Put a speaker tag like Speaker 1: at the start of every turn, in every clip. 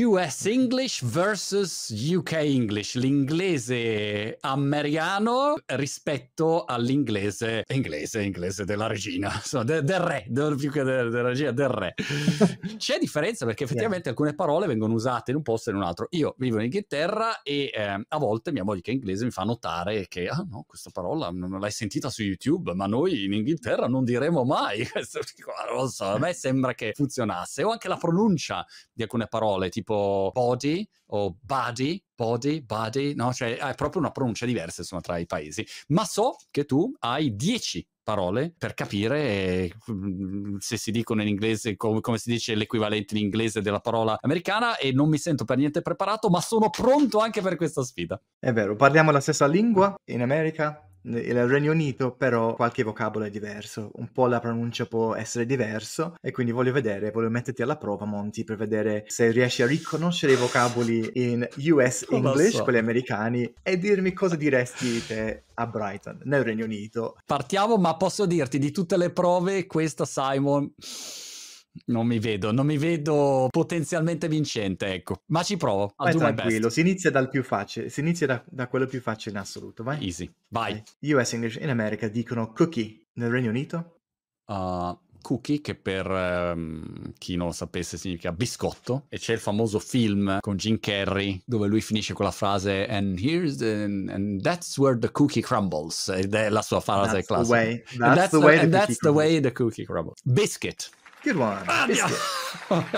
Speaker 1: US English versus UK English, l'inglese americano rispetto all'inglese inglese, inglese della regina, insomma, de- del re, del- più che de- della regina, del re. C'è differenza perché effettivamente alcune parole vengono usate in un posto e in un altro. Io vivo in Inghilterra e ehm, a volte mia moglie che è inglese mi fa notare che, ah no, questa parola non l'hai sentita su YouTube, ma noi in Inghilterra non diremo mai. Questo, dico, "Ah, non lo so, a me sembra che funzionasse. O anche la pronuncia di alcune parole, tipo body o body, body, body, no? Cioè ah, è proprio una pronuncia diversa, insomma, tra i paesi. Ma so che tu hai 10 parole per capire eh, mm, se si dicono in inglese com- come si dice l'equivalente in inglese della parola americana e non mi sento per niente preparato, ma sono pronto anche per questa sfida.
Speaker 2: È vero, parliamo la stessa lingua in America, nel Regno Unito, però qualche vocabolo è diverso, un po' la pronuncia può essere diverso e quindi voglio vedere, voglio metterti alla prova Monti per vedere se riesci a riconoscere i vocaboli in US
Speaker 1: Non lo
Speaker 2: English,
Speaker 1: so.
Speaker 2: quelli americani, e dirmi cosa diresti te a Brighton, nel Regno Unito.
Speaker 1: Partiamo, ma posso dirti di tutte le prove, questa Simon non mi vedo, non mi vedo potenzialmente vincente, ecco. Ma ci provo, I'll
Speaker 2: Vai
Speaker 1: do my
Speaker 2: tranquillo,
Speaker 1: best.
Speaker 2: si inizia dal più facile, si inizia da, da quello più facile in assoluto, vai.
Speaker 1: Easy. Vai.
Speaker 2: Vai. US English in America dicono cookie, nel Regno Unito?
Speaker 1: Uh, cookie che per ehm, chi non lo sapesse significa biscotto e c'è il famoso film con Jim Carrey dove lui finisce con la frase and here's the, and that's where the cookie crumbles ed è la sua frase
Speaker 2: That's the
Speaker 1: classica.
Speaker 2: way-
Speaker 1: And
Speaker 2: that's the way the
Speaker 1: and
Speaker 2: cookie
Speaker 1: that's the
Speaker 2: crumbles.
Speaker 1: way the cookie crumbles. Biscuit.
Speaker 2: Good one.
Speaker 1: Ah,
Speaker 2: Biscuit.
Speaker 1: Dio!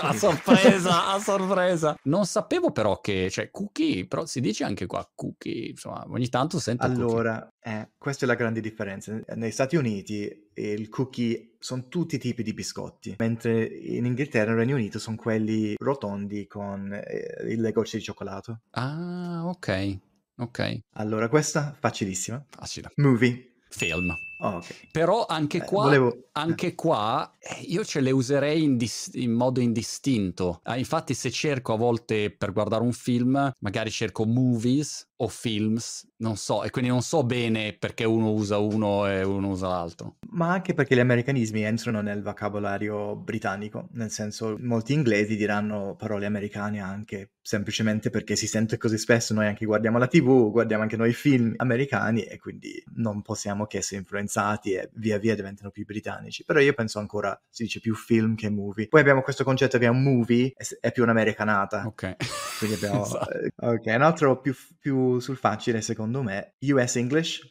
Speaker 1: a sorpresa, a sorpresa. Non sapevo però che, cioè, cookie, però si dice anche qua cookie, insomma, ogni tanto sento cookie.
Speaker 2: Allora, eh, questa è la grande differenza. Negli Stati Uniti eh, il cookie sono tutti i tipi di biscotti, mentre in Inghilterra e Regno Unito sono quelli rotondi con eh, il gocce di cioccolato.
Speaker 1: Ah, ok. Ok,
Speaker 2: Allora, questa facilissima.
Speaker 1: facile.
Speaker 2: Movie.
Speaker 1: Film.
Speaker 2: Oh, ok.
Speaker 1: Però anche
Speaker 2: Eh,
Speaker 1: qua,
Speaker 2: volevo-
Speaker 1: anche qua eh, io ce le userei in, dis- in modo indistinto. Ah, infatti, se cerco a volte per guardare un film, magari cerco movies o films, non so, e quindi non so bene perché uno usa uno e uno usa l'altro.
Speaker 2: Ma anche perché gli americanismi entrano nel vocabolario britannico, nel senso molti inglesi diranno parole americane anche semplicemente perché si sente così spesso, noi anche guardiamo la tv, guardiamo anche noi film americani e quindi non possiamo che essere influenzati e via via diventano più britannici. Però io penso ancora si dice più film che movie. Poi abbiamo questo concetto che è un movie è s- è più un'americanata,
Speaker 1: Ok.
Speaker 2: Ah, quindi abbiamo...
Speaker 1: Esatto.
Speaker 2: eh, Ok, un altro più, più sul facile secondo me, US English,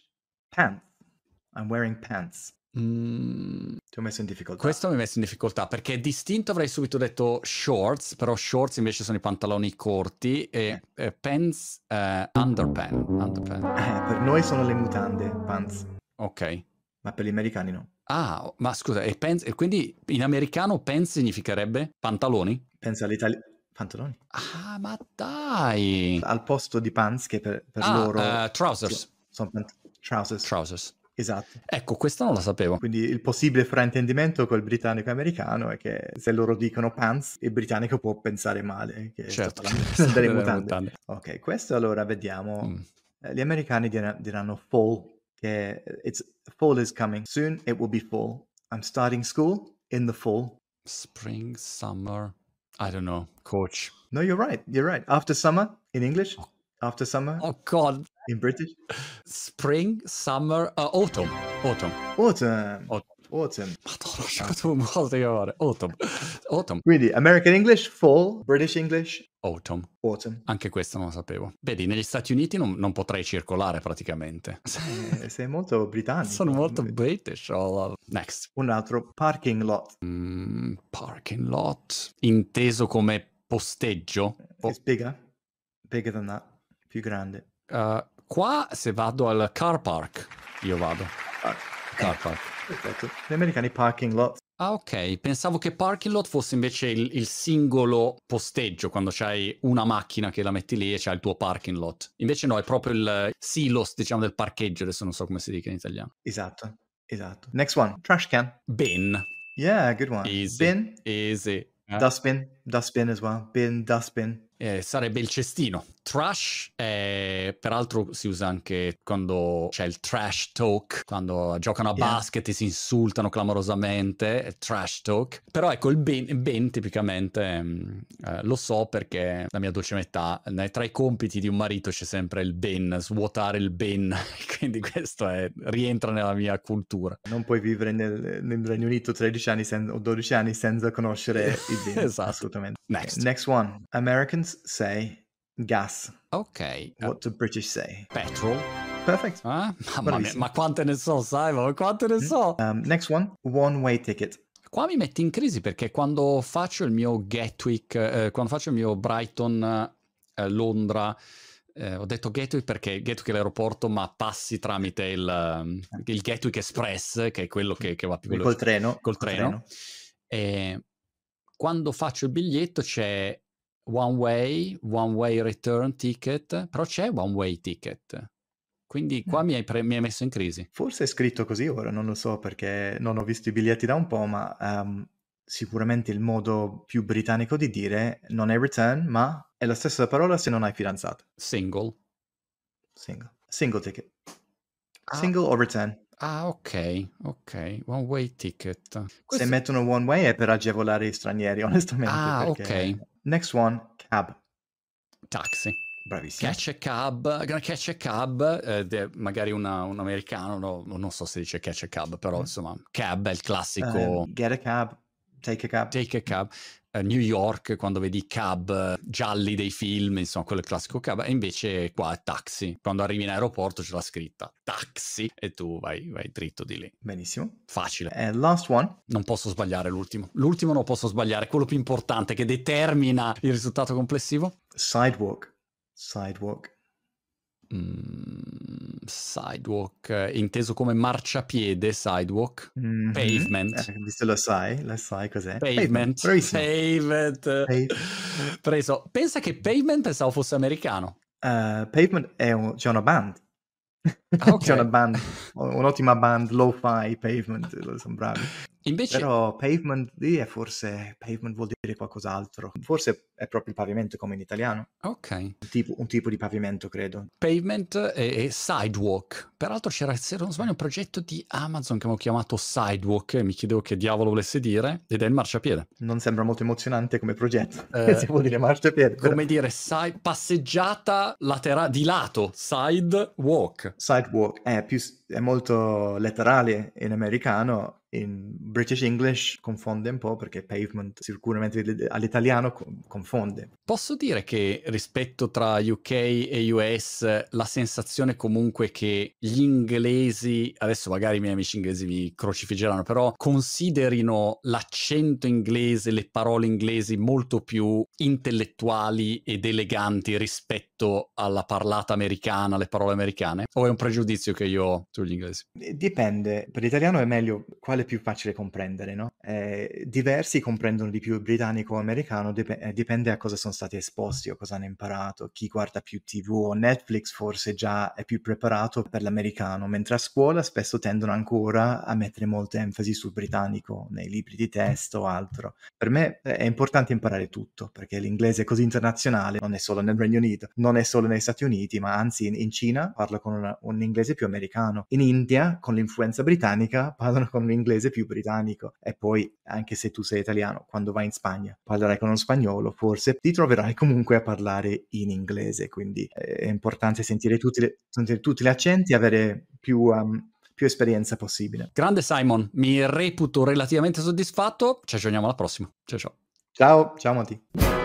Speaker 2: pants. I'm wearing pants.
Speaker 1: Mm,
Speaker 2: Ti ho messo in difficoltà.
Speaker 1: Questo mi ha messo in difficoltà perché distinto avrei subito detto shorts, però shorts invece sono i pantaloni corti e eh, pants, eh, underpants, underpants.
Speaker 2: Eh, per noi sono le mutande, pants,
Speaker 1: Ok.
Speaker 2: ma per gli americani no.
Speaker 1: Ah, ma scusa, e pants, e quindi in americano pants significherebbe pantaloni?
Speaker 2: Pensa all'Italia... Pantaloni?
Speaker 1: Ah, ma dai!
Speaker 2: Al posto di pants che Cioè, per, per
Speaker 1: ah,
Speaker 2: loro
Speaker 1: eh, trousers,
Speaker 2: sono pant- trousers.
Speaker 1: trousers.
Speaker 2: esatto.
Speaker 1: Ecco, questa non la sapevo.
Speaker 2: Quindi il possibile fraintendimento col britannico e americano è che se loro dicono pants, il britannico può pensare male eh, che sta
Speaker 1: Certo.
Speaker 2: parlando delle
Speaker 1: Delle
Speaker 2: mutande.
Speaker 1: mutande.
Speaker 2: Ok, questo allora vediamo.
Speaker 1: Mm.
Speaker 2: Eh, Gli americani dir- diranno fall, che it's, fall is coming. Soon it will be fall. I'm starting school in the fall.
Speaker 1: Spring, summer, I don't know, coach.
Speaker 2: No, you're right. You're right. After summer in English, after summer
Speaker 1: Oh god,
Speaker 2: in British,
Speaker 1: spring, summer, uh, autumn, autumn.
Speaker 2: autumn.
Speaker 1: Aut-
Speaker 2: Autumn.
Speaker 1: Madonna, ho scelto un modo di chiamare. Autumn. Autumn.
Speaker 2: Quindi American English, fall, British English,
Speaker 1: Autumn.
Speaker 2: autumn.
Speaker 1: Anche questo non lo sapevo. Vedi, negli Stati Uniti non, non potrei circolare praticamente.
Speaker 2: Eh, sei molto britannico.
Speaker 1: Ah, Sono molto British. I love- Next.
Speaker 2: Un altro parking lot.
Speaker 1: Mm, parking lot. Inteso come posteggio. Po-
Speaker 2: It's bigger. Bigger than that. Più grande.
Speaker 1: eh, qua se vado al car park, io vado.
Speaker 2: Ah,
Speaker 1: Car park.
Speaker 2: perfetto. Gli americani parking lot.
Speaker 1: Ah, ok. Pensavo che parking lot fosse invece il, il singolo posteggio, quando c'hai una macchina che la metti lì e c'hai il tuo parking lot. Invece no, è proprio il eh, silos, diciamo, del parcheggio, adesso non so come si dica in italiano.
Speaker 2: Esatto. Esatto. Next one. Trash can.
Speaker 1: Bin.
Speaker 2: Yeah, good one.
Speaker 1: Easy.
Speaker 2: Bin.
Speaker 1: Easy. Eh?
Speaker 2: Dustbin. Dustbin as well. Bin, dustbin.
Speaker 1: eh, sarebbe il cestino. Trash, è, peraltro, si usa anche quando c'è il trash talk, quando giocano a
Speaker 2: Yeah.
Speaker 1: basket e si insultano clamorosamente. è Trash talk. Però ecco, il ben, ben tipicamente mm, eh, lo so perché la mia dolce metà, eh, tra i compiti di un marito c'è sempre il ben, svuotare il ben. Quindi questo è- rientra nella mia cultura.
Speaker 2: Non puoi vivere nel, nel Regno Unito 13 anni sen- o 12 anni senza conoscere il vino.
Speaker 1: Esatto.
Speaker 2: Assolutamente.
Speaker 1: Next.
Speaker 2: Next one. Americans say gas.
Speaker 1: Ok. eh,
Speaker 2: What the British say.
Speaker 1: Petrol.
Speaker 2: Perfect.
Speaker 1: Eh? Mamma mia,
Speaker 2: Bravissimo.
Speaker 1: ma quante ne so, Simon, quante ne so.
Speaker 2: Um, next one. One way ticket.
Speaker 1: Qua mi metti in crisi perché quando faccio il mio Gatwick, eh, quando faccio il mio Brighton, eh, Londra, eh, ho detto Gatwick perché Gatwick è l'aeroporto, ma passi tramite il, ehm, il Gatwick Express, che è quello che, che va più veloce.
Speaker 2: Col treno.
Speaker 1: col treno. E quando faccio il biglietto c'è one way, one way return ticket, però c'è one way ticket. Quindi qua
Speaker 2: Mm.
Speaker 1: mi, hai pre- mi hai messo in crisi.
Speaker 2: Forse è scritto così ora, non lo so perché non ho visto i biglietti da un po', ma ehm, sicuramente il modo più britannico di dire non è return, ma è la stessa parola se non hai fidanzato.
Speaker 1: Single.
Speaker 2: Single. Single ticket.
Speaker 1: Ah.
Speaker 2: Single o return.
Speaker 1: Ah, ok, ok. One way ticket.
Speaker 2: Se mettono one way è per agevolare gli stranieri, onestamente.
Speaker 1: Ah,
Speaker 2: perché-
Speaker 1: ok.
Speaker 2: Next one, cab.
Speaker 1: Taxi.
Speaker 2: Bravissimo.
Speaker 1: Catch a cab, catch a cab, eh, de- magari una- un americano, no, non so se dice catch a cab, però
Speaker 2: Mm.
Speaker 1: insomma, cab è il
Speaker 2: Um,
Speaker 1: classico.
Speaker 2: get a cab, take a cab.
Speaker 1: Take a cab. eh, New York, quando vedi i cab eh, gialli dei film, insomma, quello è il classico cab, e invece qua è taxi. Quando arrivi in aeroporto c'è la scritta taxi e tu vai, vai dritto di lì.
Speaker 2: Benissimo.
Speaker 1: Facile.
Speaker 2: And last one,
Speaker 1: Non posso sbagliare l'ultimo. L'ultimo non posso sbagliare, quello più importante che determina il risultato complessivo.
Speaker 2: sidewalk. Sidewalk.
Speaker 1: Mm, sidewalk, eh, inteso come marciapiede, sidewalk.
Speaker 2: Mhm.
Speaker 1: Pavement.
Speaker 2: Eh, visto lo sai, lo sai cos'è.
Speaker 1: Pavement.
Speaker 2: Eh, Bravissimo.
Speaker 1: Pavement.
Speaker 2: Pave-
Speaker 1: Preso. Pensa che pavement pensavo fosse americano.
Speaker 2: Eh, Pavement è un, c'è una band.
Speaker 1: Ah, ok.
Speaker 2: c'è una band, un- un'ottima band, lo-fi, Pavement, lo sono bravi.
Speaker 1: Invece,
Speaker 2: Però pavement lì è forse, pavement vuol dire qualcos'altro. Forse è proprio il pavimento come in italiano.
Speaker 1: ok,
Speaker 2: Un tipo, un tipo di pavimento, credo.
Speaker 1: pavement e, e sidewalk. Peraltro c'era, se non sbaglio, un progetto di Amazon che avevo chiamato Sidewalk e mi chiedevo che diavolo volesse dire, ed è il marciapiede.
Speaker 2: Non sembra molto emozionante come progetto.
Speaker 1: Eh,
Speaker 2: se vuol dire marciapiede. però-
Speaker 1: Come dire, sai- passeggiata laterale, di lato, sidewalk.
Speaker 2: Sidewalk è, più, s- è molto letterale in americano, in British English confonde un po' perché pavement sicuramente l- all'italiano co- confonde.
Speaker 1: Posso dire che rispetto tra UK e US la sensazione comunque che gli inglesi, adesso magari i miei amici inglesi mi crocifiggeranno, però considerino l'accento inglese, le parole inglesi molto più intellettuali ed eleganti rispetto alla parlata americana, alle parole americane? O è un pregiudizio che io ho sugli inglesi?
Speaker 2: Eh, Dipende, per l'italiano è meglio quale è più facile comprendere, no? Eh, diversi comprendono di più il britannico o americano, dip- eh, dipende a cosa sono stati esposti o cosa hanno imparato. Chi guarda più TV o Netflix forse già è più preparato per l'americano, mentre a scuola spesso tendono ancora a mettere molta enfasi sul britannico nei libri di testo o altro. Per me eh, è importante imparare tutto, perché l'inglese è così internazionale, non è solo nel Regno Unito, non è solo negli Stati Uniti, ma anzi in, in Cina parlo con una- un inglese più americano, in India con l'influenza britannica parlano con un inglese più britannico e poi anche se tu sei italiano, quando vai in Spagna parlerai con uno spagnolo, forse ti troverai comunque a parlare in inglese, quindi eh, è importante sentire tutti, le- sentire tutti gli accenti e avere più, um, più esperienza possibile.
Speaker 1: Grande Simon, mi reputo relativamente soddisfatto, ci aggiorniamo alla prossima. Ciao ciao.
Speaker 2: Ciao, ciao Monti.